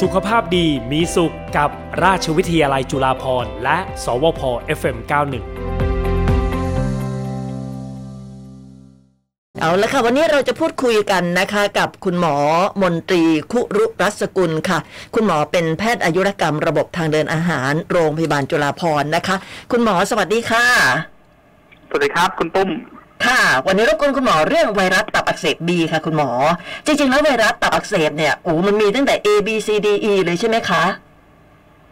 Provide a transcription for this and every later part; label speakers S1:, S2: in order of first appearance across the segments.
S1: สุขภาพดีมีสุขกับราชวิทยาลัยจุฬาภรณ์และ สวพ .FM91
S2: เอาละค่ะ วันนี้เราจะพูดคุยกันนะคะ กับคุณหมอมนตรีคุรุรัศกุลค่ะ คุณหมอเป็นแพทย์อายุรกรรม ระบบทางเดินอาหาร โรงพยาบาลจุฬาภรณ์นะคะ คุณหมอสวัสดีค่ะ
S3: สวัสดีครับคุณตุ้ม
S2: ค่ะ วันนี้รบกวนคุณหมอเรื่องไวรัสตับอักเสบบีค่ะ คุณหมอ จริงๆ แล้วไวรัสตับอักเสบเนี่ยโอ้มันมีตั้งแต่ A B C D E เลยใช่ไหมคะ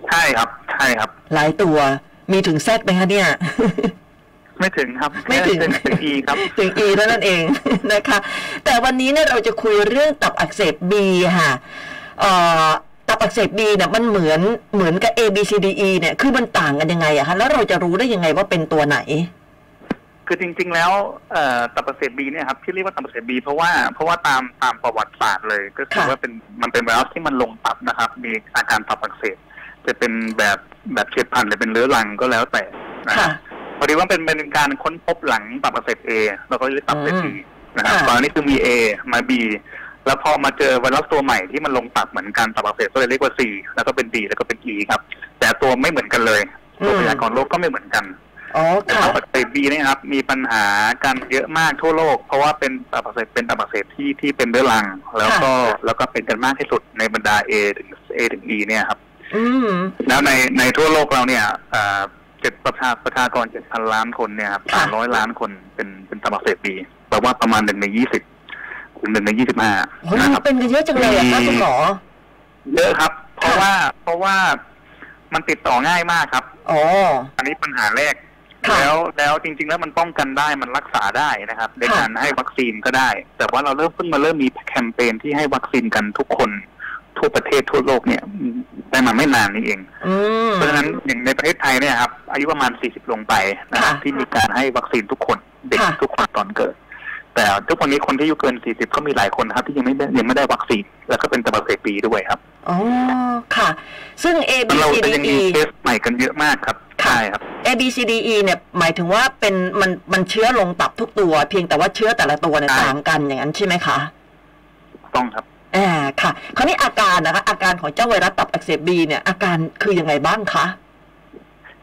S3: ใช่ครับ ใช่ครับ
S2: หลายตัวมีถึงแซดไหมคะเนี่ย
S3: ไม่ถึงครับ
S2: ไม่ถึง
S3: แค่เป็นอีครับ
S2: ถึง E เท่านั้นเอง นะคะ แต่วันนี้เนี่ยเราจะคุยเรื่องตับอักเสบ B ค่ะเอ่อตับอักเสบ B เนี่ยมันเหมือนเหมือนกับ A B C D E เนี่ยคือมันต่างกันยังไงอะคะแล้วเราจะรู้ได้ยังไงว่าเป็นตัวไหน
S3: คือจริง ๆ แล้วเอ่อตับอักเสบบีเนี่ยครับที่เรียกว่าตับอักเสบบีเพราะว่าเพราะว่าตามตามประวัติศาสตร์เลยก็คือ
S2: ค่ะ
S3: ว่าเป็นมันเป็นไวรัสที่มันลงตับนะครับ มีอาการตับอักเสบจะเป็นแบบแบบเฉียบพลันหรือเป็นเรื้อรังก็แล้วแต่นะ
S2: ค่ะ
S3: พอดีว่าเป็นเป็นการค้นพบหลังตับอักเสบเอเราก็เรียกตับอักเสบบีนะครับ
S2: ค่ะ
S3: ตอนนี้คือมีเอมาบีแล้วพอมาเจอไวรัสตัวใหม่ที่มันลงตับเหมือนกันตับอักเสบก็เลยเรียกว่า C แล้วก็เป็น D แล้วก็เป็น E ครับ แต่ตัวไม่เหมือนกันเลยตัวพยากรณ์โรคก็ไม่เหมือนกัน
S2: อ๋อ
S3: ตั
S2: ค่ะ
S3: บอักเสบบีนะครับมีปัญหากันเยอะมากทั่วโลก เพราะว่าเป็นตับอักเสบเป็นตับอักเสบที่ที่เป็นเรื้อรัง แล้วก็แล้วก็เป็นกันมากที่สุดในบรรดา A ถึง A ถึง E เนี่ยครับ
S2: อืม
S3: แล้วในในทั่วโลกเราเนี่ยเอ่อเจ็ดประชาประชากรเจ็ดพันล้านคนเนี่ยครับสามร้อยล้านคนเป็นเป็นตับอักเสบบีแปลว่าประมาณหนึ่งในยี่สิบหนึ่งในยี่สิบห้า
S2: โอ้ย
S3: นะครับ
S2: เป็นกันเยอะจังเลยอะคะคุณหมอ
S3: เยอะครับ เพราะ
S2: ค่ะ
S3: ว่าเพราะว่ามันติดต่อง่ายมากครับ
S2: อ๋อ
S3: อันนี้ปัญหาแรก
S2: ค่ะ
S3: แล้วแล้วจริง ๆ แล้วมันป้องกันได้มันรักษาได้นะครับใน
S2: ค่ะ
S3: การให้วัคซีนก็ได้ แต่ว่าเราเริ่มเพิ่งมาเริ่มมีแคมเปญที่ให้วัคซีนกันทุกคนทั่วประเทศทั่วโลกเนี่ยได้มาไม่นานนี้เอง
S2: อืม
S3: เพราะฉะนั้นอย่างในประเทศไทยเนี่ยครับอายุประมาณ 40 ลงไปนะครับ
S2: ค่ะ
S3: ที่มีการให้วัคซีนทุกคนเด็ก
S2: ค่ะ
S3: ทุกคนตอนเกิด แต่ทุกวันนี้คนที่อายุเกิน 40 ก็มีหลายคนนะครับที่ยังไม่ได้ยังไม่ได้วัคซีน แล้วก็เป็นตับอักเสบปีด้วยครับ
S2: อ๋อค่ะ ซึ่ง A B
S3: เรา
S2: C D
S3: จะยังมี
S2: E
S3: เคสใหม่กันเยอะมากครับ
S2: ค่ะ
S3: ใช่ครับ
S2: A B C D E เนี่ยหมายถึงว่าเป็นมันมันเชื้อลงตับทุกตัว เพียงแต่ว่าเชื้อแต่ละตัวเนี่ย
S3: ใช่
S2: ต่างกันอย่างนั้นใช่ไหมคะ
S3: ต้องครับ
S2: อ่าค่ะ คราวนี้อาการนะคะ อาการของเจ้าไวรัสตับอักเสบบีเนี่ยอาการคือยังไงบ้างคะ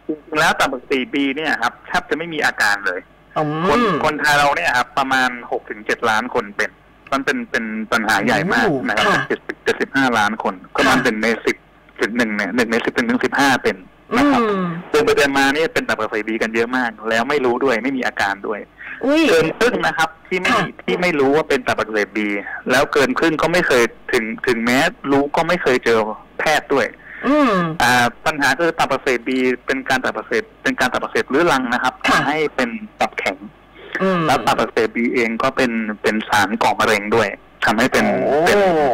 S3: จริงๆแล้วตับอักเสบบีเนี่ยครับแทบจะไม่มีอาการเลย
S2: อื
S3: คน
S2: ม
S3: คนไทยเราเนี่ยครับประมาณหกถึงเจ็ดล้านคนเป็น มันเป็นเป็นปัญหาใหญ่มาก
S2: โอ้โห
S3: นะครับ
S2: ค่ะ
S3: เจ็ดสิบเจ็ดสิบห้าล้านคน ก็มัน
S2: ค่ะ
S3: เป็นในสิบสิบหนึ่งเนี่ยหนึ่งในสิบถึงสิบห้าเป็น
S2: อื
S3: นะครับ
S2: ม
S3: เดินไปเดินมาเนี่ยเป็นตับอักเสบบีกันเยอะมาก แล้วไม่รู้ด้วยไม่มีอาการด้วย
S2: อุ้ย
S3: เกินครึ่งนะครับ ที่ไม่
S2: ค่ะ
S3: ที่ไม่รู้ว่าเป็นตับอักเสบบีแล้วเกินครึ่งก็ไม่เคยถึงถึงแม้รู้ก็ไม่เคยเจอแพทย์ด้วย
S2: อืม
S3: อ่าปัญหาคือตับอักเสบบีเป็นการตับอักเสบเป็นการตับอักเสบเรื้อรังนะครับ
S2: ค่ะ
S3: ทำให้เป็นตับแข็ง
S2: อืม
S3: แล้วตับอักเสบบีเองก็เป็นเป็นสารก่อมะเร็งด้วยทำให้เป็นเป็น
S2: โอ้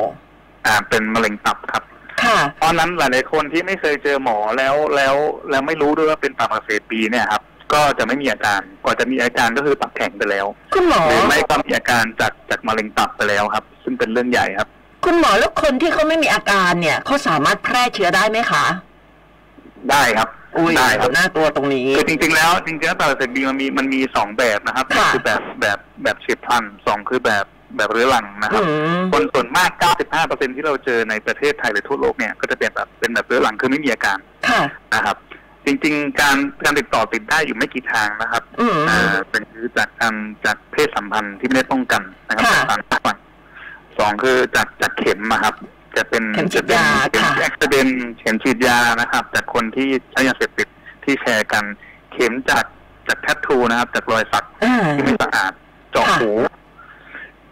S3: อ่าเป็นมะเร็งตับครับ
S2: ค่ะ
S3: เพราะฉะนั้นหลายๆคนที่ไม่เคยเจอหมอแล้วแล้วแล้วไม่รู้ด้วยว่าเป็นตับอักเสบบีเนี่ยครับ ก็จะไม่มีอาการกว่าจะมีอาการก็คือตับแข็งไปแล้ว
S2: คุณหมอ
S3: หรือไม่ก็มีอาการจากจากมะเร็งตับไปแล้วครับ ซึ่งเป็นเรื่องใหญ่ครับ
S2: คุณหมอแล้วคนที่เขาไม่มีอาการเนี่ยเขาสามารถแพร่เชื้อได้ไหมคะ
S3: ได้ครับ
S2: อุ้ย
S3: ได้ครับ
S2: น่ากลัวตรงนี้
S3: คือจริงๆแล้วจริงๆแล้วตับอักเสบบีมันมีมันมีสองแบบนะครับ
S2: ค่ะ
S3: คือแบบแบบแบบเฉียบพลันสองคือแบบแบบเรื้อรังนะครับ
S2: อืม
S3: คนส่วนมาก 95%ที่เราเจอในประเทศไทยหรือทั่วโลกเนี่ยก็จะเป็นแบบเป็นแบบเรื้อรังคือไม่มีอาการ
S2: ค่ะ
S3: นะครับ จริงๆ การการติดต่อติดได้อยู่ไม่กี่ทางนะครับ
S2: อืม
S3: อ่าเป็นคือจากการจากเพศสัมพันธ์ที่ไม่ได้ป้องกันนะครับ
S2: ค่ะ
S3: จากการปักสองคือจากจากเข็มนะครับ จะเป็น
S2: เข็มฉี
S3: จะ
S2: ด
S3: เป็น
S2: ยา
S3: เป็น
S2: ค่ะ
S3: แอคเดนเข็มฉีดยานะครับ จากคนที่ใช้ยาเสพติดที่แชร์กัน เข็มจากจากแทททูนะครับ จากรอยสัก
S2: อ่า
S3: ที่ไม่สะอาดเจาะ
S2: ค่ะ
S3: หู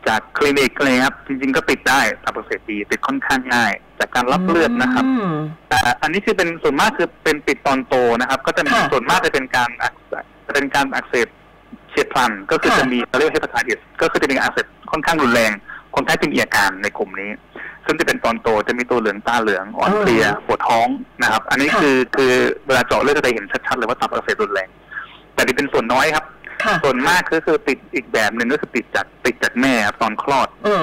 S3: จากคลินิกเลยครับ จริง ๆ ก็ติดได้ตับอักเสบบีติดค่อนข้างง่าย จากการรับเลือดนะครับ
S2: อืม
S3: แต่อันนี้คือเป็นส่วนมากคือเป็นติดตอนโตนะครับ ก็จะมี
S2: ค่ะ
S3: ส่วนมากจะเป็นการอักเสบจะเป็นการอักเสบเฉียบพลัน ก็คือจะมีเขาเรียกเฮปาไทติสก็คือจะเป็นอักเสบค่อนข้างรุนแรงคนไข้จึงมีอาการในกลุ่มนี้ ซึ่งจะเป็นตอนโตจะมีตัวเหลืองตาเหลืองอ่อนเพลียปวดท้องนะครับ อันนี้คือคือเวลาเจาะเลือดก็จะเห็นชัดๆเลยว่าตับอักเสบรุนแรง แต่นี่เป็นส่วนน้อยครับ
S2: ค่ะ
S3: ส่วนมากก็คือติดอีกแบบหนึ่งก็คือติดจากติดจากแม่ครับตอนคลอด
S2: อื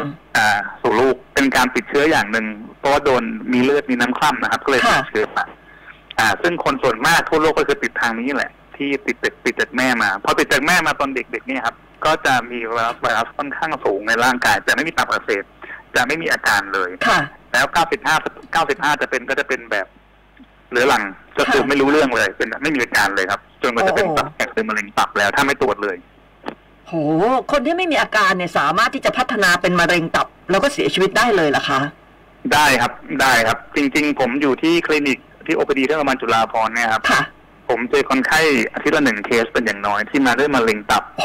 S2: ม
S3: อ่าสู่ลูกเป็นการติดเชื้ออย่างหนึ่งเพราะว่าโดนมีเลือดมีน้ำคร่ำนะครับ ก็เลยติด
S2: ค่ะ
S3: เชื้อมาอ่า ซึ่งคนส่วนมากทั่วโลกก็คือติดทางนี้แหละ ที่ติดติดติดจากแม่มาพอติดจากแม่มาตอนเด็กๆเนี่ยครับ ก็จะมีไวรัสไวรัสค่อนข้างสูงในร่างกาย แต่ไม่มีตับอักเสบ จะไม่มีอาการเลย
S2: ค่ะ
S3: แล้ว 95 95 จะเป็นก็จะเป็นแบบเหลือหลังก็คือ
S2: ค่ะ
S3: ไม่รู้เรื่องเลย เป็นไม่มีอาการเลยครับ จนกว่าจะเป็น
S2: โอ้โห
S3: ตับแตกเป็นมะเร็งตับแล้วถ้าไม่ตรวจเลย
S2: โห คนที่ไม่มีอาการเนี่ยสามารถที่จะพัฒนาเป็นมะเร็งตับ แล้วก็เสียชีวิตได้เลยเหรอคะ
S3: ได้ครับได้ครับ จริง ๆ ผมอยู่ที่คลินิกที่โอปดีที่โรงพยาบาลจุฬาภรณ์เนี่ยครับ
S2: ค่ะ
S3: ผมเจอคนไข้อาทิตย์ละหนึ่งเคสเป็นอย่างน้อยที่มาด้วยมะเร็งตับ
S2: โห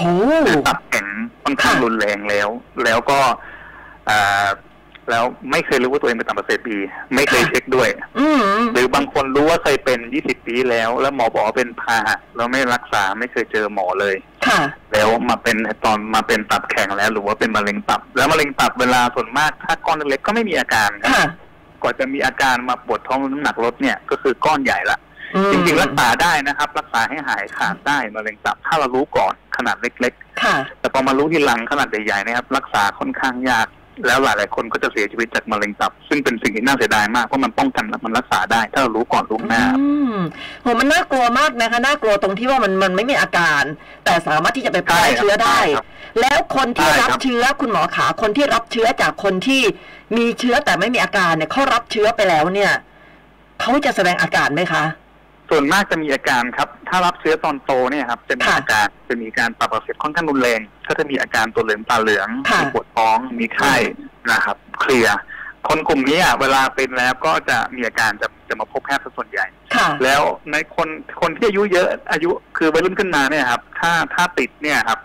S3: ตับแข็งค่อนข้าง
S2: ค่ะ
S3: รุนแรงแล้ว แล้วก็อ่าแล้วไม่เคยรู้ว่าตัวเองเป็นตับอักเสบบีไม่เคยเช็คด้วย
S2: อืม
S3: หรือบางคนรู้ว่าเคยเป็น 20 ปีแล้ว แล้วหมอบอกว่าเป็นพาหะแล้วไม่รักษาไม่เคยเจอหมอเลย
S2: ค่ะ
S3: แล้วมาเป็นตอนมาเป็นตับแข็งแล้ว หรือว่าเป็นมะเร็งตับ แล้วมะเร็งตับเวลาส่วนมากถ้าก้อนเล็กๆก็ไม่มีอาการครับ
S2: ค่ะ
S3: กว่าจะมีอาการมาปวดท้องน้ำหนักลดเนี่ยก็คือก้อนใหญ่ละ
S2: อืม
S3: จริงๆรักษาได้นะครับ รักษาให้หายขาดได้มะเร็งตับ ถ้าเรารู้ก่อนขนาดเล็ก
S2: ค่ะ
S3: ๆ แต่พอมารู้ทีหลังขนาดใหญ่ๆนะครับ รักษาค่อนข้างยาก แล้วหลายๆคนก็จะเสียชีวิตจากมะเร็งตับ ซึ่งเป็นสิ่งที่น่าเสียดายมากเพราะมันป้องกันและมันรักษาได้ ถ้าเรารู้ก่อนล่วงหน้า
S2: อืมโหมันน่ากลัวมากนะคะน่ากลัวตรงที่ว่ามันมันไม่มีอาการ แต่สามารถที่จะไปแพร่
S3: ใช่ครับ
S2: เชื้อได้
S3: ใช่ครับ
S2: แล้วคนที่
S3: ใช่
S2: รับ
S3: ครับ
S2: เชื้อคุณหมอขาคนที่รับเชื้อจากคนที่มีเชื้อแต่ไม่มีอาการเนี่ยเขารับเชื้อไปแล้วเนี่ยเขาจะแสดงอาการไหมคะ
S3: ส่วนมากจะมีอาการครับ ถ้ารับเชื้อตอนโตเนี่ยครับ จะมีอาการ จะมีการปรับอักเสบค่อนข้างรุนแรง ก็จะมีอาการตัวเหลืองตาเหลือง
S2: ค่ะ
S3: มีปวดท้อง มีไข้นะครับ เคลียร์คนกลุ่มนี้อ่ะเวลาเป็นแล้วก็จะมีอาการจะจะมาพบแพทย์ซะส่วนใหญ่
S2: ค่ะ
S3: แล้วในคนคนที่อายุเยอะอายุคือวัยรุ่นขึ้นมาเนี่ยครับ ถ้าถ้าติดเนี่ยครับ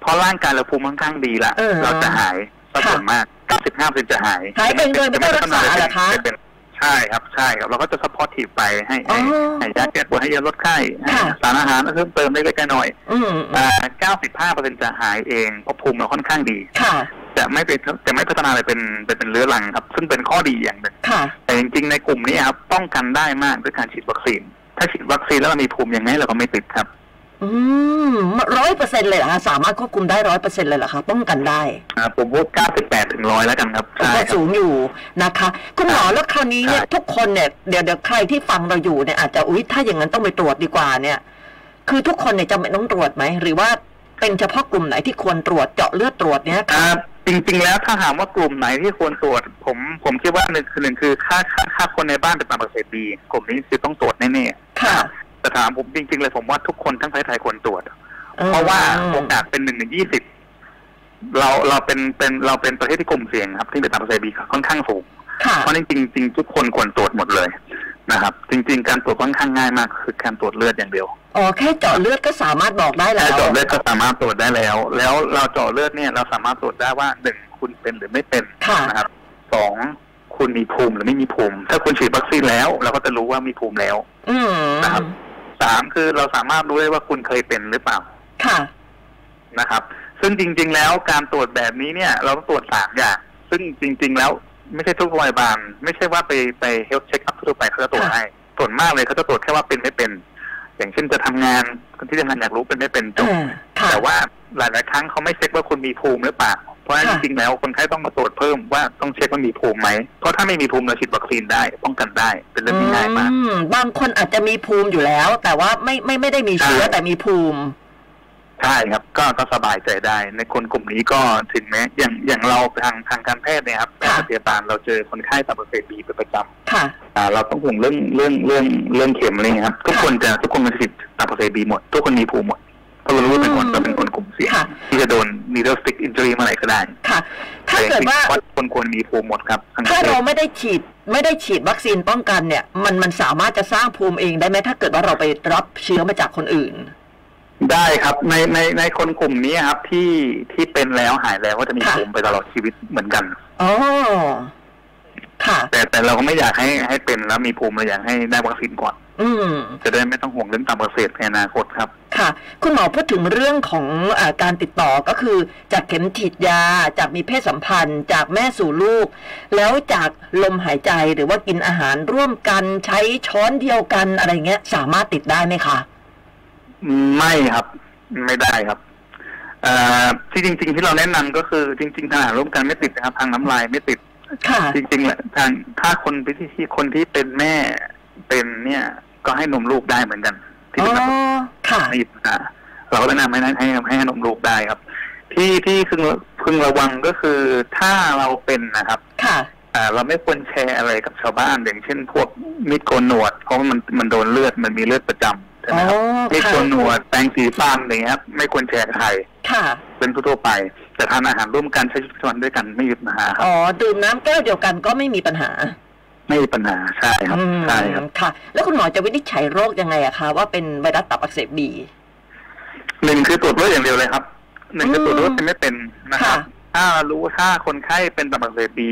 S3: เพราะร่างกายเราภูมิค่อนข้างดีละ
S2: เออ
S3: เราจะหาย
S2: ค่ะ
S3: ส่วนมาก 95%จะหาย
S2: หายเป็นโดยไม่ต้องรักษาเหรอคะ
S3: ไม่เป็นใช่ครับใช่ครับเราก็จะ support ทีไปให้
S2: อ๋
S3: ให้
S2: อ
S3: ให้ยาแก้ปวดให้ยาลดไข้ให้
S2: ค่ะ
S3: สารอาหารเพิ่มเติมเล็กๆน้อย
S2: อืม
S3: ๆอ่า95%จะหายเองเพราะภูมิเราค่อนข้างดี
S2: ค่ะ
S3: จะไม่เป็นจะไม่พัฒนาอะไรเป็นเป็นเป็นเรื้อรังครับ ซึ่งเป็นข้อดีอย่างหนึ่ง
S2: ค่ะ
S3: แต่จริงๆ ในกลุ่มนี้ครับป้องกันได้มากด้วยการฉีดวัคซีน ถ้าฉีดวัคซีนแล้วเรามีภูมิยังไงเราก็ไม่ติดครับ
S2: อืมร้อยเปอร์เซ็นต์เลยเหรอคะสามารถควบคุมได้ร้อยเปอร์เซ็นต์เลยเหรอคะป้องกันได้
S3: อ่าผมว่า98ถึง100 แล้วกันครับ ใช่
S2: ก็
S3: ครับ
S2: สูงอยู่นะคะ คุณหมอแล้วคราวนี้เนี่ย
S3: ใช่
S2: ทุกคนเนี่ยเดี๋ยวเดี๋ยวใครที่ฟังเราอยู่เนี่ยอาจจะอุ๊ยถ้าอย่างนั้นต้องไปตรวจดีกว่าเนี่ย คือทุกคนเนี่ยจำเป็นต้องตรวจไหม หรือว่าเป็นเฉพาะกลุ่มไหนที่ควรตรวจเจาะเลือดตรวจเนี่ย
S3: อ่าจริงๆ แล้วถ้าถามว่ากลุ่มไหนที่ควรตรวจ ผมผมคิดว่าหนึ่งคือหนึ่งคือค่าค่าค่าคนในบ้านเป็นตามปกติดีกลุ่มนี้คือต้องตรวจแน่
S2: ค่ะ
S3: ๆแต่ถามผมจริงๆ เลยผมว่าทุกคนทั้งประเทศไทยควรตรวจ เพราะว่าโอกาสเป็นหนึ่งในยี่สิบเราเราเป็นเป็นเราเป็นประเทศที่กลุ่มเสี่ยงครับที่เป็นตามปกติดีค่อนข้างสูง
S2: ค่ะ
S3: เพราะจริงๆจริงๆทุกคนควรตรวจหมดเลยนะครับ จริง ๆ การตรวจค่อนข้างง่ายมาก คือการตรวจเลือดอย่างเดียว
S2: อ๋อแค่เจาะเลือดก็สามารถบอกได้แล้
S3: ถ้าว เจาะเลือดก็สามารถตรวจได้แล้ว แล้วเราเจาะเลือดเนี่ยเราสามารถตรวจได้ว่าหนึ่งคุณเป็นหรือไม่เป็น
S2: ค่ะ
S3: นะครับสองคุณมีภูมิหรือไม่มีภูมิ ถ้าคุณฉีดวัคซีนแล้ว เราก็จะรู้ว่ามีภูมิแล้ว
S2: อืม
S3: นะครับ สามคือเราสามารถรู้ได้ว่าคุณเคยเป็นหรือเปล่า
S2: ค่ะ
S3: นะครับ ซึ่งจริง ๆ แล้วการตรวจแบบนี้เนี่ย เราต้องตรวจสามอย่าง ซึ่งจริง ๆ แล้วไม่ใช่ทุกโรงพยาบาลไม่ใช่ว่าไปไปเฮลท์เช็คอัพทั่วไปเขาจะตรวจ
S2: ค่ะ
S3: ให้ส่วนมากเลยเขาจะตรวจแค่ว่าเป็นไม่เป็น อย่างเช่นจะทำงานคนที่ทำงานอยากรู้เป็นไม่เป็นจ
S2: เอบ อค่ะ
S3: แต่ว่าหลายๆครั้งเขาไม่เช็คว่าคุณมีภูมิหรือเปล่าเพราะฉะนั้นจ
S2: ค่ะ
S3: ริงๆแล้วคนไข้ต้องมาตรวจเพิ่มว่าต้องเช็คว่ามีภูมิไหมเพราะถ้าไม่มีภูมิเราฉีดวัคซีนได้ ป้องกันได้เป็นเรื่องที่ง่ายมาก
S2: อืมบางคนอาจจะมีภูมิอยู่แล้ว แต่ว่าไม่ไม่ไม่ได้มีเชื้อ
S3: ใช่
S2: แต่มีภูมิ
S3: ใช่ครับก็ก็สบายใจได้ ในคนกลุ่มนี้ก็ถึงแม้อย่างอย่างเราทางทางการแพทย์เนี่ยครับแพท
S2: ค่ะ
S3: ย์พยาบาลเราเจอคนไข้ตับอักเสบบีเป็นประจ
S2: ค่ะ
S3: ำอ่าเราต้องห่วงเรื่องเรื่องเรื่องเรื่องเข็มอะไรเงี้ยครับทุกคนจะทุกคนจะติดตับอักเสบบีหมด ทุกคนมีภูมิหมดเพราะเรารู้ว่าเป็นคน
S2: อืม
S3: เราเป็นคนกลุ่มเสี่ยง
S2: ค่ะ
S3: ที่จะโดน needle stick injury เมื่อไหร่ก็ได้
S2: ค่ะ ถ้าเกิดว่า
S3: แต่จริงๆคนควรมีภูมิหมดครับทั้งป
S2: ถ้า
S3: ระเท
S2: เรา
S3: ศ
S2: ไม่ได้ฉีดไม่ได้ฉีดวัคซีนป้องกันเนี่ย มันมันสามารถจะสร้างภูมิเองได้ไหมถ้าเกิดว่าเราไปรับเชื้อมาจากคนอื่น
S3: ได้ครับในในในคนกลุ่มนี้ครับที่ที่เป็นแล้วหายแล้วก็จะมี
S2: ค่ะ
S3: ภูมิไปตลอดชีวิตเหมือนกัน
S2: อ๋อค่ะ
S3: แต่แต่เราก็ไม่อยากให้ให้เป็นแล้วมีภูมิเราอยากให้ได้วัคซีนก่อน
S2: อืม
S3: จะได้ไม่ต้องห่วงเรื่องต่ำกระเสษในอนาคตครับ
S2: ค่ะ คุณหมอพูดถึงเรื่องของอาการติดต่อก็คือ จากเข็มฉีดยา จากมีเพศสัมพันธ์ จากแม่สู่ลูก แล้วจากลมหายใจหรือว่ากินอาหารร่วมกันใช้ช้อนเดียวกันอะไรเงี้ย สามารถติดได้ไหมคะ
S3: ไม่ครับ ไม่ได้ครับเอ่อที่จริง ๆ ที่เราแนะนำก็คือจริงๆทางอาหารร่วมกันไม่ติดนะครับ ทางน้ำลายไม่ติด
S2: ค่ะ
S3: จริงๆแหละทางถ้าคนพิธีที่คนที่เป็นแม่เป็นเนี่ย ก็ให้นมลูกได้เหมือนกัน ที่
S2: อ๋อ
S3: เป็นน้ำ
S2: ค่ะ
S3: ไม่มีปัญหาเราก็แนะนำให้ให้ให้ให้นมลูกได้ครับ ที่ที่พึงพึงระวังก็คือถ้าเราเป็นนะครับ
S2: ค่ะ
S3: อ่าเราไม่ควรแชร์อะไรกับชาวบ้านอย่างเช่น พวกมีดโกนหนวดเพราะมันมันโดนเลือดมันมีเลือดประจำใช่ไหมครับ
S2: อ๋อ
S3: มีดโกนหนวด
S2: ค่ะ
S3: แปรงสีฟันอะไรเงี้ยครับไม่ควรแชร์กับใคร
S2: ค่ะ
S3: เป็นทั่วๆไป แต่ทานอาหารร่วมกันใช้ชีวิตประจำวันด้วยกันไม่มีปัญหาครับ
S2: อ๋อ ดื่มน้ำแก้วเดียวกันก็ไม่มีปัญหา
S3: ไม่มีปัญหาใช่ครับ
S2: อืม
S3: ใช่ครับ
S2: ค่ะ แล้วคุณหมอจะวินิจฉัยโรคยังไงอะคะว่าเป็นไวรัสตับอักเสบบี
S3: หนึ่งคือตรวจเลือดอย่างเดียวเลยครับหนึ่งคือตรวจเลือดเป็นไม่เป็นนะครับ
S2: ค่ะ
S3: ถ้ารู้ว่าถ้าคนไข้เป็นตับอักเสบบี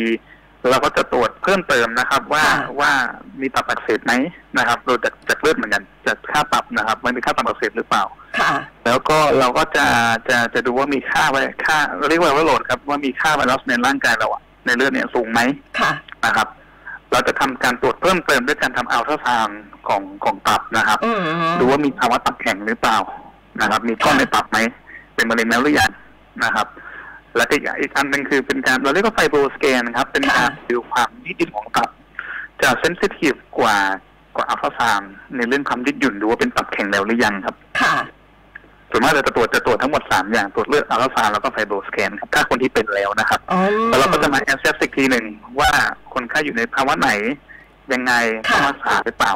S3: เราก็จะตรวจเพิ่มเติมนะครับ ว่า
S2: ค่ะ
S3: ว่ามีตับอักเสบไหมนะครับโดยจากจากเลือดเหมือนกันจากค่าปรับนะครับมันมีค่าตับอักเสบหรือเปล่า
S2: ค่ะ
S3: แล้วก็เราก็จะจะจะดูว่ามีค่าไว้ค่าเรียกว่าว่าโหลดครับว่ามีค่าไวรัสในร่างกายเราอะในเลือดเนี่ยสูงไหม
S2: ค่ะ
S3: นะครับ เราจะทำการตรวจเพิ่มเติมด้วยการทำอัลตราซาวของของตับนะครับ
S2: อืม
S3: ดูว่ามีภาวะตับแข็งหรือเปล่านะครับ มีก้อนในตับไหม เป็นมะเร็งแล้วหรือยังนะครับ แล้วก็อีกอีกอันหนึ่งคือเป็นการเราเรียกว่าไฟโบสแกนนะครับ เป็นการ
S2: ค่ะ
S3: ดูความยืดหยุ่นของตับ จะเซนซิทีฟกว่ากว่าอัลฟาซามในเรื่องความยืดหยุ่นดูว่าเป็นตับแข็งแล้วหรือยังครับ
S2: ค่ะ
S3: ส่วนมากเราจะตรวจจะตรวจทั้งหมดสามอย่างตรวจเลือดอัลฟาซามแล้วก็ไฟโบสแกนครับถ้าคนที่เป็นแล้วนะครับ
S2: อ๋อ
S3: แล้วเราก็จะมาแอสเซสอีกทีหนึ่งว่าคนไข้อยู่ในภาวะไหนยังไง
S2: ค่ะ
S3: ต้องรักษาหรือเปล่า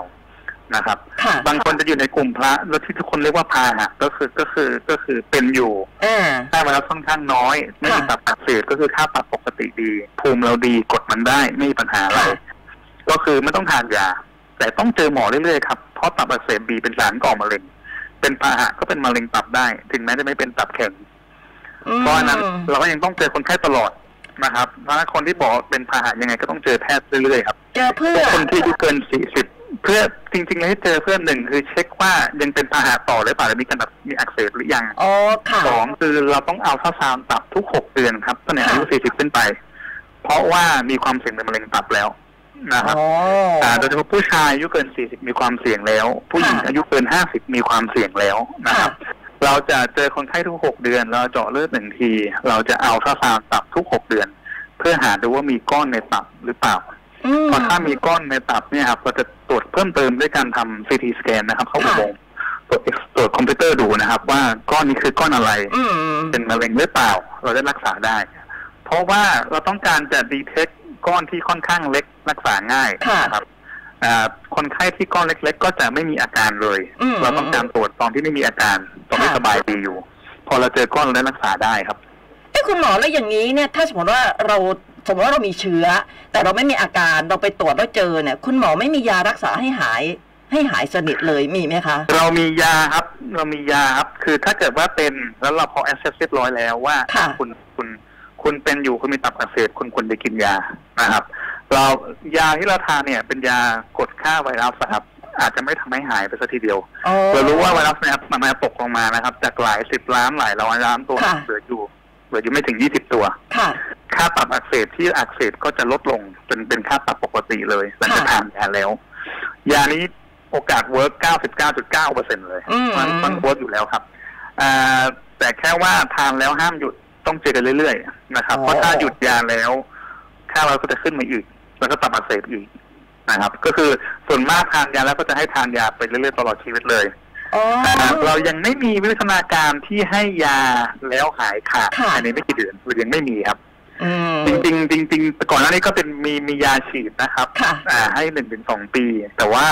S3: นะครับ
S2: ค่ะ
S3: บางคนจะอยู่ในกลุ่มพระแล้วที่ทุกคนเรียกว่าพาหะก็คือก็คือก็คือเป็นอยู่
S2: อ่า
S3: ค่าไวรัสค่อนข้างน้อย ไม่มี
S2: ค่ะ
S3: ตับอักเสบก็คือค่าปรับปกติดี ภูมิเราดีกดมันได้ไม่มีปัญหาอะไร ก็คือไม่ต้องทานยา แต่ต้องเจอหมอเรื่อยๆครับเพราะตับอักเสบบีเป็นสารก่อมะเร็ง เป็นพาหะก็เป็นมะเร็งตับได้ ถึงแม้จะไม่เป็นตับแข็งเพราะฉะนั้น
S2: อืม
S3: เราก็ยังต้องเจอคนไข้ตลอดนะครับเพราะฉะนั้นคนที่บอกเป็นพาหะยังไงก็ต้องเจอแพทย์เรื่อยๆครับ
S2: เจอเพื่อ
S3: คนที่อายุเกิน 40 เพื่อจริงๆแล้วให้เจอเพื่อนหนึ่งคือเช็คว่ายังเป็นพาหะต่อหรือเปล่าหรือมีการแบบมีอักเสบหรือยัง
S2: อ๋อ ค่ะ
S3: สองคือเราต้องเอาข้าวซาวน์ตับทุก 6 เดือนครับตั้งแต่อายุ 40 ขึ้นไป เพราะว่ามีความเสี่ยงเป็นมะเร็งตับแล้วนะครับ
S2: อ๋อ
S3: าโดยเฉพาะผู้ชายอายุเกิน 40 มีความเสี่ยงแล้ว ผู้หญิง
S2: ค่ะ
S3: อายุเกิน 50 มีความเสี่ยงแล้วนะค
S2: ค่ะ
S3: รับ เราจะเจอคนไข้ทุก 6 เดือน เราเจาะเลือดหนึ่งที เราจะเอาข้าวซาวน์ตับทุก 6 เดือน เพื่อหาดูว่ามีก้อนในตับหรือเปล่า
S2: อืม
S3: พอถ้ามีก้อนในตับเนี่ยครับเราจะตรวจเพิ่มเติมด้วยการทำซีทีสแกนนะครับ เข้าอุโมงค์ตรวจ X- ตรวจคอมพิวเตอร์ดูนะครับ ว่าก้อนนี้คือก้อนอะไร
S2: อืม
S3: เป็นมะเร็งหรือเปล่า เราได้รักษาได้ เพราะว่าเราต้องการจะดีเทคก้อนที่ค่อนข้างเล็กรักษาง่าย
S2: ค่ะ
S3: นะครับอ่าคนไข้ที่ก้อนเล็ก ๆ ก็จะไม่มีอาการเลย
S2: อืม
S3: เราต้องการตรวจตอนที่ไม่มีอาการตอนที่
S2: ค่ะ
S3: สบายดีอยู่ พอเราเจอก้อนเราได้รักษาได้ครับ
S2: เอ้คุณหมอแล้วอย่างนี้เนี่ย ถ้าสมมติว่าเราสมมติว่าเรามีเชื้อ แต่เราไม่มีอาการเราไปตรวจแล้วเจอเนี่ย คุณหมอไม่มียารักษาให้หาย ให้หายสนิทเลยมีไหมคะ
S3: เรามียาครับ เรามียาครับ คือถ้าเกิดว่าเป็นแล้วเราพอแอสเซสเรียบร้อยแล้วว่า
S2: ค่ะ
S3: ณคุณคุณเป็นอยู่คุณมีตับอักเสบคุณควรจะกินยานะครับ เรายาที่เราทานเนี่ยเป็นยากดฆ่าไวรัสนะครับ อาจจะไม่ทำให้หายไปซะทีเดียว
S2: อ๋อ
S3: เรารู้ว่าไวรัสเนี่ยมันมาตกลงมานะครับ จากหลายสิบล้านหลายร้อยล้านตัว
S2: ค่ะ
S3: เหลืออยู่เหลืออยู่ไม่ถึงยี่สิบตัว
S2: ค่ะ
S3: ค่าปรับอักเสบที่อักเสบก็จะลดลงจนเป็นค่าปรับปกติเลยหลังจากทานยาแล้ว ยานี้โอกาสเวิร์ก99.9เปอร์เซ็นต์เลย
S2: อืม
S3: มันมันเวิร์กอยู่แล้วครับอ่าแต่แค่ว่าทานแล้วห้ามหยุดต้องเจอกันเรื่อยๆนะครับ เพราะถ้าหยุดยาแล้ว ค่าเราก็จะขึ้นมาอีก แล้วก็ตับอักเสบอีกนะครับ ก็คือส่วนมากทานยาแล้วก็จะให้ทานยาไปเรื่อยๆตลอดชีวิตเลย
S2: อ๋อ
S3: อ่าเรายังไม่มีวิทยาการที่ให้ยาแล้วหายขาด
S2: ค่ะ
S3: อันนี้ไม่กี่เดือนเรายังไม่มีครับ
S2: อืม
S3: จริงๆจริงๆแต่ก่อนหน้านี้ก็เป็นมีมียาฉีดนะครับ
S2: ค่ะ
S3: อ่าให้หนึ่งถึงสองปี แต่ว่า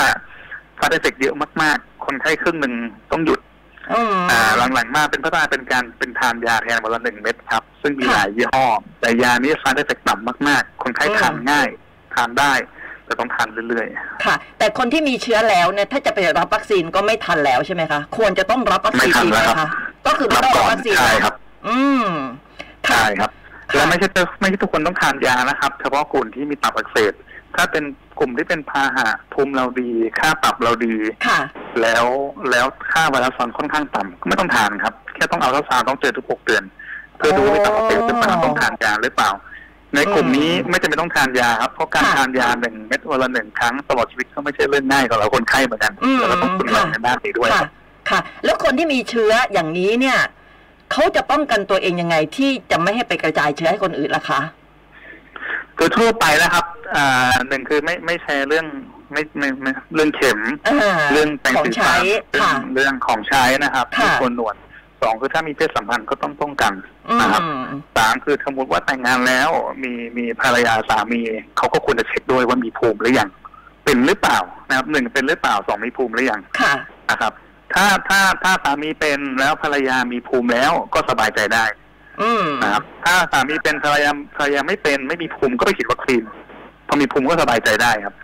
S3: ฟาดเอฟเฟกเยอะมากๆ คนไข้ครึ่งหนึ่งต้องหยุด
S2: อืม
S3: อ่าหลังๆมาเป็นพัฒนาเป็นการเป็นทานยาแทนวันละหนึ่งเม็ดครับ ซึ่งมี
S2: ค่ะ
S3: หลายยี่ห้อ แต่ยานี้ฟาดเอฟเฟกต่ำมากๆ คนไข้
S2: อืม
S3: ทานง่าย ทานได้ แต่ต้องทานเรื่อย
S2: ค่ะ แต่คนที่มีเชื้อแล้วเนี่ย ถ้าจะไปรับวัคซีนก็ไม่ทันแล้วใช่ไหมคะ ควรจะต้องรับวัค
S3: ๆ ไม่
S2: ซีนดีไห
S3: ทันแล้
S2: ม
S3: วครับ
S2: คะ ก็คือไม่
S3: รับ
S2: ต้อง
S3: ก่
S2: รั
S3: อบ น
S2: วัคซีน
S3: ใช่ครับ
S2: อืม ค่ะ
S3: ใช่ครับ แล้วไม่ใช่ไม่ใช่ทุกคนต้องทานยานะครับ เฉพาะกลุ่มที่มีตับอักเสบถ้าเป็นกลุ่มที่เป็นพาหะภูมิเราดีค่าตับเราดี
S2: ค่ะ
S3: แล้วแล้วค่าไวรัสซอนค่อนข้างต่ำก็ไม่ต้องทานครับ แค่ต้องเอาทัซาวน์ต้องเจอทุกหกเดือน เพื่อดูว่ามีตับอักเสบหรือเปล่า
S2: อ๋อ
S3: ต้องทานยาหรือเปล่า ในกลุ่มนี้
S2: อืม
S3: ไม่จำเป็นต้องทานยาครับเพราะการ
S2: ค่ะ
S3: ทานยาหนึ่งเม็ดวันละหนึ่งครั้งตลอดชีวิตก็ไม่ใช่เรื่องง่ายสำหรับคนไข้เหมือนกัน
S2: อืม
S3: แล้วก็ต้องคุณหมอในด้านนี้ด้วย
S2: ค่ะ ค่ะ แล้วคนที่มีเชื้ออย่างนี้เนี่ย เขาจะป้องกันตัวเองยังไงที่จะไม่ให้ไปกระจายเชื้อให้คนอื่นล่ะคะ
S3: โดยทั่วไปนะครับอ่าหนึ่งคือไม่ไม่แชร์เรื่องไม่ไม่ไม่เรื่องเข็ม
S2: อ่า
S3: เรื่องแต่ง
S2: ของ
S3: สี
S2: ใช้
S3: ฟันเรื่อ
S2: ค่ะ
S3: งเรื่องของใช้นะครับ
S2: ค่ะ
S3: มีคนหนวด สองคือถ้ามีเพศสัมพันธ์ก็ต้องป้องกัน
S2: อืม
S3: นะครับสามคือสมมติว่าแต่งงานแล้ว มีมีภรรยาสามีเขาก็ควรจะเช็คด้วยว่ามีภูมิหรือยังเป็นหรือเปล่านะครับหนึ่งเป็นหรือเปล่าสองมีภูมิหรือยัง
S2: ค่ะ
S3: นะครับถ้าถ้าถ้าสามีเป็นแล้วภรรยามีภูมิแล้วก็สบายใจได้
S2: อืม
S3: นะครับ ถ้าสามีเป็นภรรยาภรรยาไม่เป็นไม่มีภูมิก็ไปฉีดวัคซีนพอมีภูมิก็สบายใจได้ครับ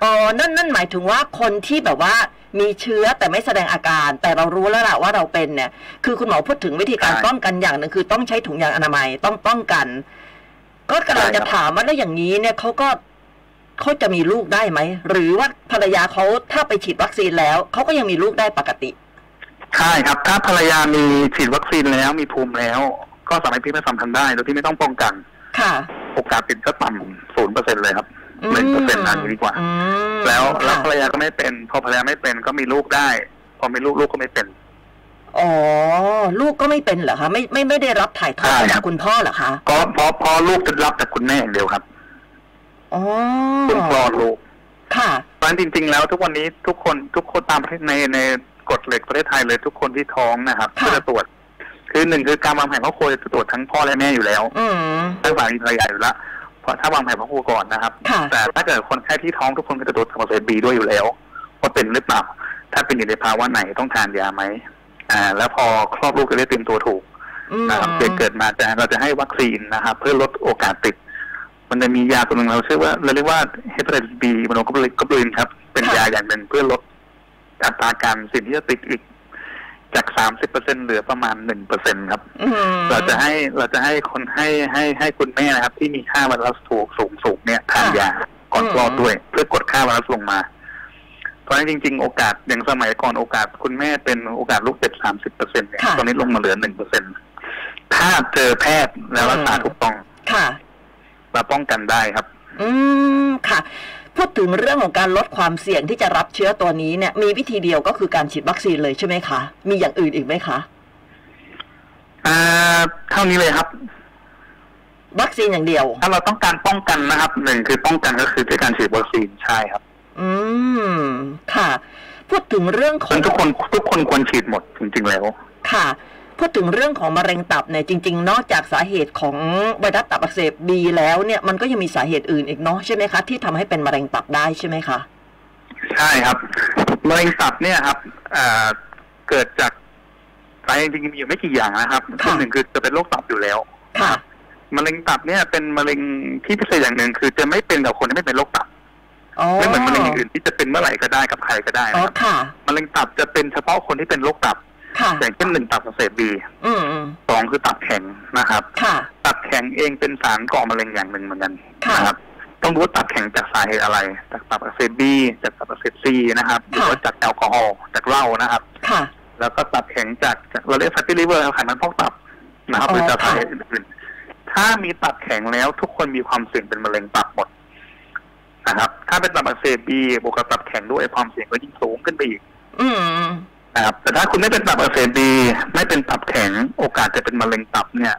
S2: เออนั่นนั่นหมายถึงว่าคนที่แบบว่ามีเชื้อแต่ไม่แสดงอาการ แต่เรารู้แล้วล่ะว่าเราเป็นเนี่ย คือคุณหมอพูดถึงวิธีการ
S3: ใช่
S2: ป้องกันอย่างหนึ่งคือต้องใช้ถุงยางอนามัยต้องป้องกัน ก็กำลัง
S3: ใช่ครับ
S2: จะถามว่าแล้วอย่างนี้เนี่ยเขาก็เขาจะมีลูกได้ไหมหรือว่าภรรยาเขาถ้าไปฉีดวัคซีนแล้วเขาก็ยังมีลูกได้ปกติ
S3: ใช่ครับ ถ้าภรรยามีฉีดวัคซีนแล้วมีภูมิแล้ว ก็สามารถพิพากษาทำได้โดยที่ไม่ต้องป้องกัน
S2: ค่ะ
S3: โอกาสติดก็ต่ำศูนย์เปอร์เซ็นเลยครับหนึ่งเปอร์เซ็นต์อันนี้ดีกว่า
S2: อืม
S3: แล้วแล้ว
S2: ค่ะ
S3: ภรรยาก็ไม่เป็น พอภรรยาไม่เป็นก็มีลูกได้ พอมีลูกลูกก็ไม่เป็น
S2: อ๋อลูกก็ไม่เป็นเหรอคะไม่ไม่ไม่ได้รับถ่ายทอด
S3: ใช่
S2: มา
S3: ครั
S2: จาก
S3: บ
S2: คุณพ่อเหรอคะ
S3: ก็เพราะเพอลูกจะรับจากคุณแม่อย่างเดียวครับ
S2: อ๋อ
S3: คุณคลอดลูก
S2: ค่ะ
S3: เพราะฉะนั้นจริงๆแล้วทุกวันนี้ทุกคนทุกคนตามประเทศในในกฎเหล็กประเทศไทยเลยทุกคนที่ท้องนะครับ
S2: ค่ะ
S3: ก็จะตรวจ คือหนึ่งคือการวางแผนครอบครัวจะตรวจทั้งพ่อและแม่อยู่แล้ว
S2: อืม
S3: ทั้งสามีภรรยาอยู่แล้วเพราะถ้าวางแผนครอบครัวก่อนนะครับ
S2: ค่ะ
S3: แต่ถ้าเกิดคนไข้ที่ท้องทุกคนก็จะตรวจสมองเซบีด้วยอยู่แล้วว่าเป็นหรือเปล่า ถ้าเป็นอยู่ในภาวะไหนต้องทานยาไหมอ่า แล้วพอคลอดลูกจะได้เตรียมตัวถูก
S2: อืม
S3: นะครับเด็กเกิดมาแต่เราจะให้วัคซีนนะครับ เพื่อลดโอกาสติด มันจะมียาตัวหนึ่งเราชื่อว่าเราเรียกว่าเฮปาติสบีมโนกลบลินครับ เป็นยาอย่างหนึ่งเพื่อลดอัตราการสิ่งที่จะติดอีก จากสามสิบเปอร์เซ็นเหลือประมาณหนึ่งเปอร์เซ็นครับ
S2: อืม
S3: เราจะให้เราจะให้คนให้ให้ให้คุณแม่นะครับ ที่มีค่าไวรัสถูกสูงสูงเนี่ยทานยาก่อนคลอดด้วย เพื่อกดค่าไวรัสลงมา เพราะฉะนั้นจริง ๆ โอกาสอย่างสมัยก่อนโอกาสคุณแม่เป็นโอกาสลูกเป็ดสามสิบเปอร์เซ็นต์เนี่ยตอนนี้ลงมาเหลือหนึ่งเปอร์เซ็นต์ถ้าเจอแพทย์แล้วรักษาถูกต้อง
S2: ค่ะ
S3: มาป้องกันได้ครับ
S2: อืม ค่ะ พูดถึงเรื่องของการลดความเสี่ยงที่จะรับเชื้อตัวนี้เนี่ย มีวิธีเดียวก็คือการฉีดวัคซีนเลยใช่ไหมคะ มีอย่างอื่นอีกไหมคะ
S3: อ่าเท่านี้เลยครับ
S2: วัคซีนอย่างเดียว
S3: ถ้าเราต้องการป้องกันนะครับหนึ่งคือป้องกันก็คือด้วยการฉีดวัคซีนใช่ครับ
S2: อืม ค่ะ พูดถึงเรื่องขอ
S3: ซึ่
S2: ง
S3: งทุกคนทุกคนควรฉีดหมดจริง ๆ แล้ว
S2: ค่ะ พูดถึงเรื่องของมะเร็งตับเนี่ยจริง ๆ นอกจากสาเหตุของไวรัสตับอักเสบบีแล้วเนี่ยมันก็ยังมีสาเหตุอื่นอีกเนาะใช่ไหมคะที่ทำให้เป็นมะเร็งตับได้ใช่ไหมคะ
S3: ใช่ครับมะเร็งตับเนี่ยครับเอ่อเกิดจากสาเหตุจริงๆมีอยู่ไม่กี่อย่างนะครับ
S2: ค่ะ
S3: หนึ่งคือจะเป็นโรคตับอยู่แล้ว
S2: ค่ะ
S3: มะเร็งตับเนี่ยเป็นมะเร็งที่พิเศษอย่างหนึ่งคือจะไม่เป็นกับคนที่ไม่เป็นโรคตับ
S2: อ๋อ
S3: ไม่เหมือนมะเร็งอย่างอื่นที่จะเป็นเมื่อไหร่ก็ได้กับใครก็ได้
S2: อ๋อ
S3: นะครับ
S2: ค่ะ
S3: มะเร็งตับจะเป็นเฉพาะคนที่เป็นโรคตับ
S2: ค่ะ
S3: อย่างเช่นหนึ่งตับอักเสบบี
S2: อืมอืม
S3: สองคือตับแข็งนะครับ
S2: ค่ะ
S3: ตับแข็งเองเป็นสารก่อมะเร็งอย่างหนึ่งเหมือนกัน
S2: ค่ะ
S3: นะครับ ต้องรู้ว่าตับแข็งจากสาเหตุอะไร จากตับอักเสบบีจากตับอักเสบซีนะครับหรือว่าจากแอลกอฮอล์จากเหล้านะครับ
S2: ค่ะ
S3: แล้วก็ตับแข็งจากจากเราเรียก fatty liver ครับไขมันพอกตับนะครับ
S2: อ๋อ
S3: หรือจาก
S2: ค่ะ
S3: สาเหตุอื่นๆถ้ามีตับแข็งแล้วทุกคนมีความเสี่ยงเป็นมะเร็งตับหมดนะครับ ถ้าเป็นตับอักเสบบีบวกกับตับแข็งด้วยความเสี่ยงก็ยิ่งสูงขึ้นไปอีก
S2: อืม
S3: นะครับ แต่ถ้าคุณไม่เป็นตับอักเสบบีไม่เป็นตับแข็ง โอกาสจะเป็นมะเร็งตับเนี่ย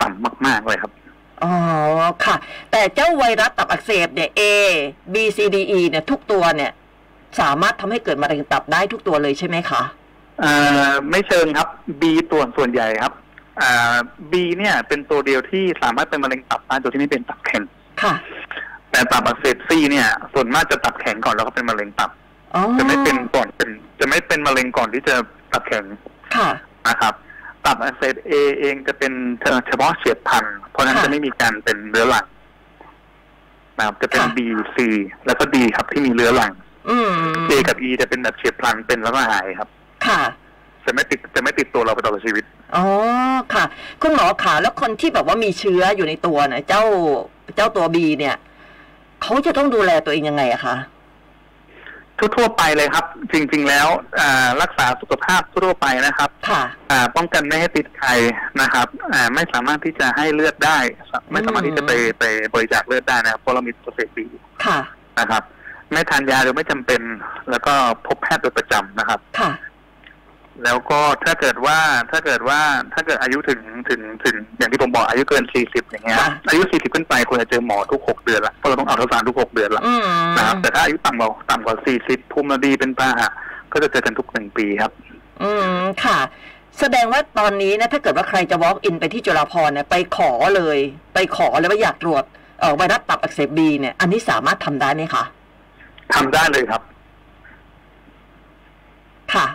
S3: ต่ำมากๆเลยครับ
S2: อ๋อ ค่ะ แต่เจ้าไวรัสตับอักเสบเนี่ย A B C D E เนี่ย ทุกตัวเนี่ย สามารถทำให้เกิดมะเร็งตับได้ทุกตัวเลยใช่ไหมคะ
S3: เอ่อไม่เชิงครับ B ตัวส่วนใหญ่ครับอ่า B เนี่ย เป็นตัวเดียวที่สามารถเป็นมะเร็งตับได้โดยที่ไม่เป็นตับแข็ง
S2: ค่ะ
S3: แต่ตับอักเสบซีเนี่ย ส่วนมากจะตับแข็งก่อนแล้วก็เป็นมะเร็งตับ
S2: อ๋อ
S3: จะไม่เป็นก่อนเป็น จะไม่เป็นมะเร็งก่อนที่จะตับแข็ง
S2: ค่ะ
S3: นะครับ ตับอักเสบเอเองจะเป็นเฉพาะเฉียบพลันธุ์เพราะฉะนั้น
S2: ค่ะ
S3: จะไม่มีการเป็นเรื้อรังนะครับจะเป็น
S2: ค่ะ
S3: B C แล้วก็ D ครับที่มีเรื้อรัง
S2: อืม
S3: A กับ E จะเป็นแบบเฉียบพลันเป็นแล้วก็หายครับ
S2: ค่ะ
S3: จะไม่ติดจะไม่ติดตัวเราไปตลอดชีวิต
S2: อ๋อ ค่ะ คุณหมอขาแล้วคนที่แบบว่ามีเชื้ออยู่ในตัวเนี่ยเจ้า เจ้าตัว B เนี่ย เขาจะต้องดูแลตัวเองยังไงอะคะ
S3: ทั่วๆไปเลยครับ จริงๆแล้วอ่ารักษาสุขภาพทั่วๆไปนะครับ
S2: ค่ะ
S3: อ่าป้องกันไม่ให้ติดใครนะครับอ่าไม่สามารถที่จะให้เลือดได้ ไม่สามารถที่จะไปไปบริจาคเลือดได้นะครับเพราะเรามีตัวเสพติด
S2: ค่ะ
S3: นะครับ ไม่ทานยาโดยไม่จำเป็น แล้วก็พบแพทย์โดยประจำนะครับ
S2: ค่ะ
S3: แล้วก็ถ้าเกิดว่าถ้าเกิดว่าถ้าเกิดอายุถึงถึงถึงอย่างที่ผมบอกอายุเกิน 40 อย่างเงี้ย
S2: ค่ะ
S3: อายุ 40 ขึ้นไปควรจะเจอหมอทุก 6 เดือนละเพราะเราต้องเอาทศานทุก 6 เดือนละ
S2: อืม
S3: นะครับแต่ถ้าอายุต่ำกว่าต่ำกว่า 40 ภูมิเราดีเป็นปาหะก็จะเจอกันทุกหนึ่งปีครับ
S2: อืม ค่ะ แสดงว่าตอนนี้นะถ้าเกิดว่าใครจะ walk in ไปที่จุฬาภรณ์เนี่ยไปขอเลย ไปขอเลยว่าอยากตรวจเอ่อไวรัสตับอักเสบบีเนี่ย อันนี้สามารถทำได้ไหมคะ
S3: ทำได้เลยครับ
S2: ค่ะ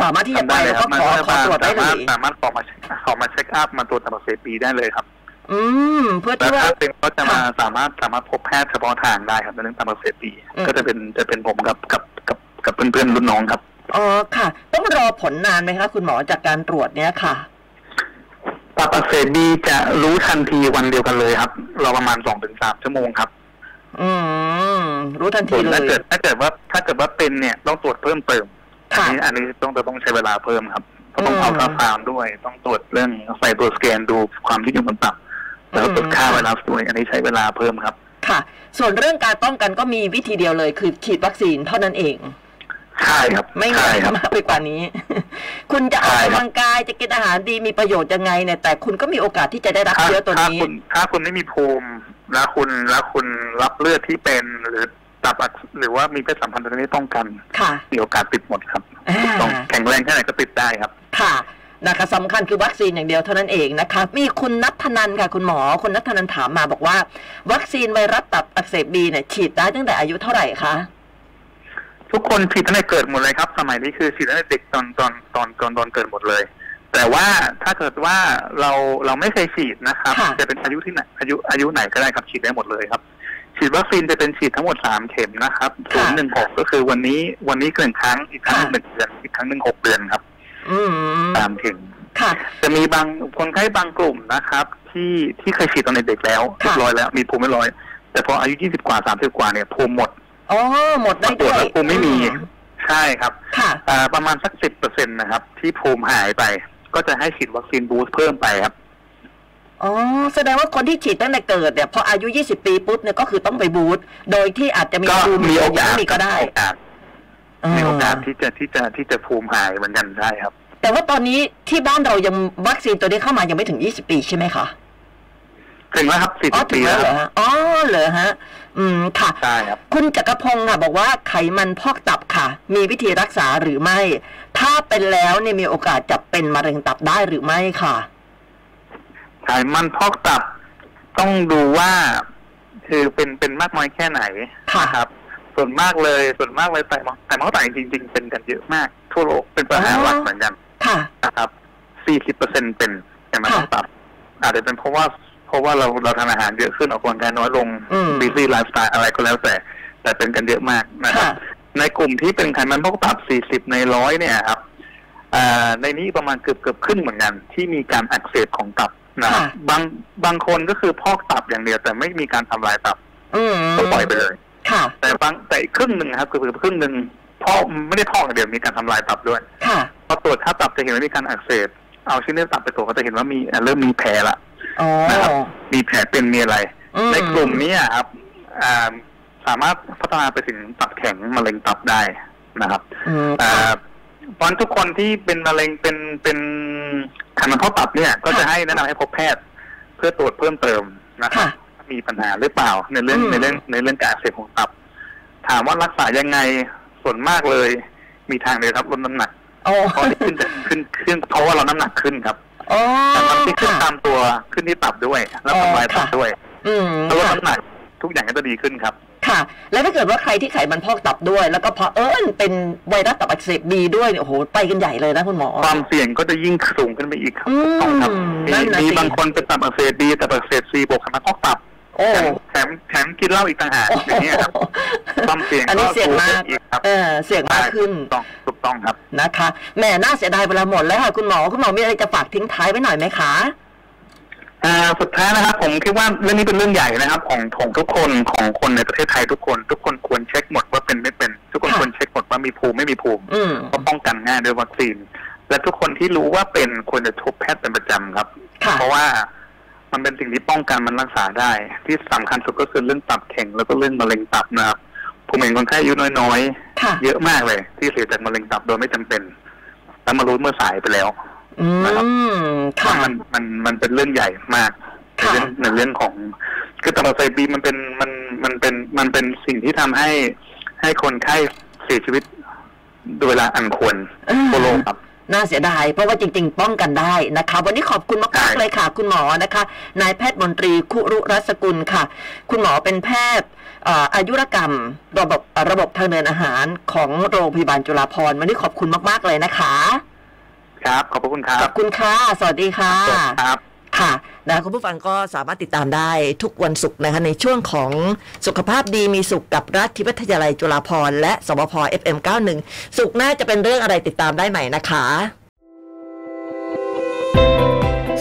S2: สามารถที่จะ
S3: ทำ
S2: ไป
S3: ได้เลย
S2: แล้ว
S3: ครั
S2: ก็
S3: บมัน
S2: ขอข
S3: ก็
S2: อตรวจได้เล
S3: สามารถ
S2: ย
S3: สามารถขอมาเช็คขอมาเช็คอัพมาตรวจตับอักเสบบีได้เลยครับ
S2: อืม เพื่อ
S3: แล้ว
S2: ที่ว่า
S3: ถ้าเป็นก็จะมาสามารถสามารถพบแพทย์เฉพาะทางได้ครับในเรื่องตามประเสตี
S2: อืม
S3: ก็จะเป็นจะเป็นผมกับกับกับกับเพื่อนๆรุ่นน้องครับ
S2: อ๋อค่ะ ต้องรอผลนานไหมคะคุณหมอจากการตรวจเนี่ยค่ะ
S3: ตับอักเสบบีจะรู้ทันทีวันเดียวกันเลยครับ เราประมาณสองถึงสามชั่วโมงครับ
S2: อืม รู้ทัน
S3: ส่
S2: ที
S3: วน
S2: เล
S3: ถ้าย เกิดถ้าเกิดว่าถ้าเกิดว่าเป็นเนี่ยต้องตรวจเพิ่มเติมอั
S2: ค่ะ
S3: นี้อันนี้ต้องจะต้องใช้เวลาเพิ่มครับก็ต้อง
S2: อืม
S3: เอาค่าฟาร์มด้วย ต้องตรวจเรื่องใส่ตรวจสแกนดูความที่อยู่บนตับแล้วตรวจ
S2: อืม
S3: ค่าไวรัสด้วย อันนี้ใช้เวลาเพิ่มครับ
S2: ค่ะ ส่วนเรื่องการป้องกันก็มีวิธีเดียวเลย คือฉีดวัคซีนเท่านั้นเอง
S3: ใช่ครับ
S2: ไม่มี
S3: ใช่
S2: อะไร
S3: ครับ
S2: มากไปกว่านี้ คุณจะออก
S3: ใช่ครับ
S2: กำลังกายจะกินอาหารดีมีประโยชน์ยังไงเนี่ย แต่คุณก็มีโอกาสที่จะได้รับ
S3: ถ้า
S2: เชื้อตัว
S3: ถ้า
S2: นี้
S3: คุณถ้าคุณไม่มีภูมิแล้วคุณแล้วคุณรับเลือดที่เป็นหรือตับอักหรือว่ามีเพศสัมพันธ์ตรงนี้ต้องกัน
S2: ค่ะ
S3: มีโอกาสติดหมดครับ
S2: อ่า
S3: ถูกต้องแข็งแรงแค่ไหนก็ติดได้ครับ
S2: ค่ะนะคะสำคัญคือวัคซีนอย่างเดียวเท่านั้นเองนะคะ มีคุณนัทธนันค่ะคุณหมอ คุณนัทธนันถามมาบอกว่า วัคซีนไวรัสตับอักเสบบีเนี่ยฉีดได้ตั้งแต่อายุเท่าไหร่คะ
S3: ทุกคนฉีดตั้งแต่เกิดหมดเลยครับ สมัยนี้คือฉีดตั้งแต่เด็กตอนตอนตอนตอนตอนเกิดหมดเลย แต่ว่าถ้าเกิดว่าเราเราไม่เคยฉีดนะครับ
S2: ค่ะ
S3: จะเป็นอายุที่ไหนอายุอายุไหนก็ได้ครับฉีดได้หมดเลยครับ ฉีดวัคซีนจะเป็นฉีดทั้งหมดสามเข็มนะครับศูนย์หนึ่งหกก็คือวันนี้วันนี้เกินครั้งอีกครั้งหนึ่งเดือนอีกครั้งหนึ่งหกเดือนครับ
S2: อืม
S3: สามเข็ม
S2: ค่ะ
S3: จะมีบางคนไข้บางกลุ่มนะครับ ที่ที่เคยฉีดตอนเด็กๆแล้ว
S2: ค่ะ
S3: เรียบร้อยแล้วมีภูมิไม่ร้อย แต่พออายุ 20 กว่า 30 กว่าเนี่ยภูมิหมด
S2: อ๋อ หมด
S3: ป
S2: ได้
S3: ราก
S2: ด้
S3: ฏ
S2: วย
S3: ว่าภูมิไม่มี
S2: อื
S3: ใช่ครับ
S2: ค่ะ
S3: เอ่อประมาณสัก 10%นะครับ ที่ภูมิหายไป ก็จะให้ฉีดวัคซีนบูสต์เพิ่มไปครับ
S2: อ๋อ แสดงว่าคนที่ฉีดตั้งแต่เกิดเนี่ยพออายุ 20 ปีปุ๊บเนี่ยก็คือต้องไปบูสต์โดยที่อาจจะมี
S3: ก็
S2: ภู
S3: มีโอกา
S2: ห
S3: ส
S2: รืไมีก็ได้
S3: โอกาสมีโอกาส
S2: อ่า
S3: ที่จะที่จะที่จะภูมิหายเหมือนกันใช่ครับ
S2: แต่ว่าตอนนี้ที่บ้านเรายังวัคซีนตัวนี้เข้ามายังไม่ถึง 20 ปีใช่ไหมคะ
S3: ถึงแล้วครับ
S2: อ๋อ
S3: 40
S2: ถึ
S3: ปี
S2: งแล้
S3: แล้ว ว
S2: เหรอ
S3: ครับ
S2: ฮะ อ๋อ เหรอฮะ อืม ค่ะ
S3: ใช่ครับ
S2: คุณจักรพงศ์ค่ะบอกว่าไขมันพอกตับค่ะ มีวิธีรักษาหรือไม่ ถ้าเป็นแล้วเนี่ยมีโอกาสจะเป็นมะเร็งตับได้หรือไม่ค่ะ
S3: ไขมันพอกตับต้องดูว่าคือเป็นเป็นมากน้อยแค่ไหน
S2: ค่ะ
S3: นะครับ ส่วนมากเลยส่วนมากเลยไต่มอกไต่มอกไต่จริง ๆ เป็นกันเยอะมาก ทั่วโลกเป็นปัญหาหลักเหมือนกัน
S2: ค่ะ
S3: นะครับ 40เปอร์เซ็นเป็นไขมันพอกตับ อาจจะเป็นเพราะว่าเพราะว่าเราเราทานอาหารเยอะขึ้นออกกำลังกายน้อยลง
S2: อืม
S3: บีซี่ไลฟ์สไตล์อะไรก็แล้วแต่ แต่เป็นกันเยอะมากนะครับ
S2: ค่ะ
S3: ในกลุ่มที่เป็นไขมันพอกตับ 40 ในร้อยเนี่ยครับอ่าในนี้ประมาณเกือบเกือบครึ่งเหมือนกัน ที่มีการอักเสบของตับนะครับ
S2: ค่ะ
S3: บางบางคนก็คือพอกตับอย่างเดียวแต่ไม่มีการทำลายตับ
S2: อืม
S3: ก็ปล่อยไปเลย
S2: ค่ะ
S3: แต่บางแต่อีกครึ่งหนึ่งครับคือเกือบครึ่งหนึ่งพอกไม่ได้พอกอย่างเดียวมีการทำลายตับด้วย
S2: ค่ะ
S3: พอตรวจถ้าตับจะเห็นว่ามีการอักเสบเอาชิ้นเนื้อตับไปตรวจก็จะเห็นว่ามีอ่ะเริ่มมีแผลละ
S2: อ๋อ
S3: นะครับ มีแผลเป็นมีอะไร
S2: อื
S3: ในกลุ่มเนี้ยครับอ่าสามารถพัฒนาไปถึงตับแข็งมะเร็งตับได้นะครับ
S2: อืม
S3: อ่าตอนทุกคนที่เป็นมะเร็งเป็นเป็นไขมันพอกตับเนี่ย ก็จะให้แนะนำให้พบแพทย์ เพื่อตรวจเพิ่มเติมนะครั
S2: ค่ะ
S3: บมีปัญหาหรือเปล่าในเรื่อง
S2: อืม
S3: ในเรื่องในเรื่องการอักเสพของตับ ถามว่ารักษายังไงส่วนมากเลย มีทางเดียวครับลดน้ำหนัก
S2: อ๋อ
S3: เพราะที่ขึ้นขึ้นขึ้นเพราะว่าเราน้ำหนักขึ้นครับ
S2: อ๋อ
S3: แต่มันที่ขึ้น
S2: ค่ะ
S3: ตามตัวขึ้นที่ตับด้วย แล้วทำลายตับ
S2: อ๋อค่ะ
S3: ด้วย
S2: อืม
S3: ถ้าลด
S2: ค่ะ
S3: น้ำหนักทุกอย่างก็จะดีขึ้นครับ
S2: ค่ะ แล้วถ้าเกิดว่าใครที่ไขมันพอกตับด้วย แล้วก็เพอเอิญเป็นไวรัสตับอักเสบบีด้วยเนี่ยโอ้โห ไปกันใหญ่เลยนะคุณหมอ
S3: ความเสี่ยงก็จะยิ่งสูงขึ้นไปอีกครับ
S2: อืม
S3: ถูกต้องครับ
S2: นั่
S3: มี
S2: นน่ะ
S3: มี
S2: สิ
S3: บางคนเป็นตับอักเสบดีตับอักเสบซีบวกไขมันพอกตับ
S2: โอ้
S3: แถมแถมแถมกินเหล้าอีกต่างหาก
S2: โอ้
S3: อย่างเงี้ยครับ ความเสี่ยง
S2: อันนี้เสี่ยงมาก
S3: ก็สูงขึ้นอีกครับ
S2: เออ เสี่ยงมากขึ้น
S3: ถูกต้องถูกต้องครับ
S2: นะคะแหม่น่าเสียดายเวลาหมดแล้วค่ะ คุณหมอ คุณหมอมีอะไรจะฝากทิ้งท้ายไว้หน่อยไหมคะ
S3: อ่าสุดท้ายนะครับผมคิดว่าเรื่องนี้เป็นเรื่องใหญ่นะครับ ของของทุกคนของคนในประเทศไทยทุกคน ทุกคนควรเช็คหมดว่าเป็นไม่เป็น ทุกคน
S2: ค่ะ
S3: ควรเช็คหมดว่ามีภูมิไม่มีภูมิ
S2: อืม
S3: เพราะป้องกันง่ายด้วยวัคซีน และทุกคนที่รู้ว่าเป็นควรจะพบแพทย์เป็นประจำครับ
S2: ค่ะ
S3: เพราะว่ามันเป็นสิ่งที่ป้องกันมันรักษาได้ ที่สำคัญสุดก็คือเรื่องตับแข็งแล้วก็เรื่องมะเร็งตับนะครับผมเห็นคนไข้อายุน้อย
S2: ค่ะ
S3: ๆ เยอะมากเลย ที่เสียจากมะเร็งตับโดยไม่จำเป็นแล้วมารู้เมื่อสายไปแล้ว
S2: อืม ค่ะ
S3: มันมันมันเป็นเรื่องใหญ่มากใน
S2: ค่ะ
S3: เรื่องในเรื่องของคือตับอักเสบบีมันเป็นมันมันเป็นมันเป็นสิ่งที่ทำให้ให้คนไข้เสียชีวิตโดยเวลาอันควร
S2: อืม
S3: ทั่วโลกครับ
S2: น่าเสียดาย เพราะว่าจริง ๆ ป้องกันได้นะคะ วันนี้ขอบคุณมากๆเลยค่ะ คุณหมอนะคะ นายแพทย์มนตรีคุรุรัศกุลค่ะ คุณหมอเป็นแพทย์เอ่ออายุรกรรมระบบเอ่อระบบทางเดินอาหารของโรงพยาบาลจุฬาภรณ์วันนี้ขอบคุณมากๆเลยนะคะ
S3: ครับ ขอบพระคุณครั
S2: ขอ
S3: บบ
S2: คุณค่ะ สวัสดีค่ะ
S3: ครับ
S2: ค่ะนะคุณผู้ฟังก็สามารถติดตามได้ทุกวันศุกร์นะคะในช่วงของสุขภาพดีมีสุขกับรัฐวิทยาลัยจุฬาภรณ์และสบพ FM91 สุขหน้าจะเป็นเรื่องอะไรติดตามได้ใหม่นะคะ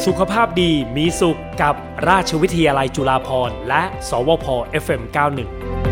S1: สุขภาพดีมีสุขกับราชวิทยาลัยจุฬาภรณ์และ สวพ FM91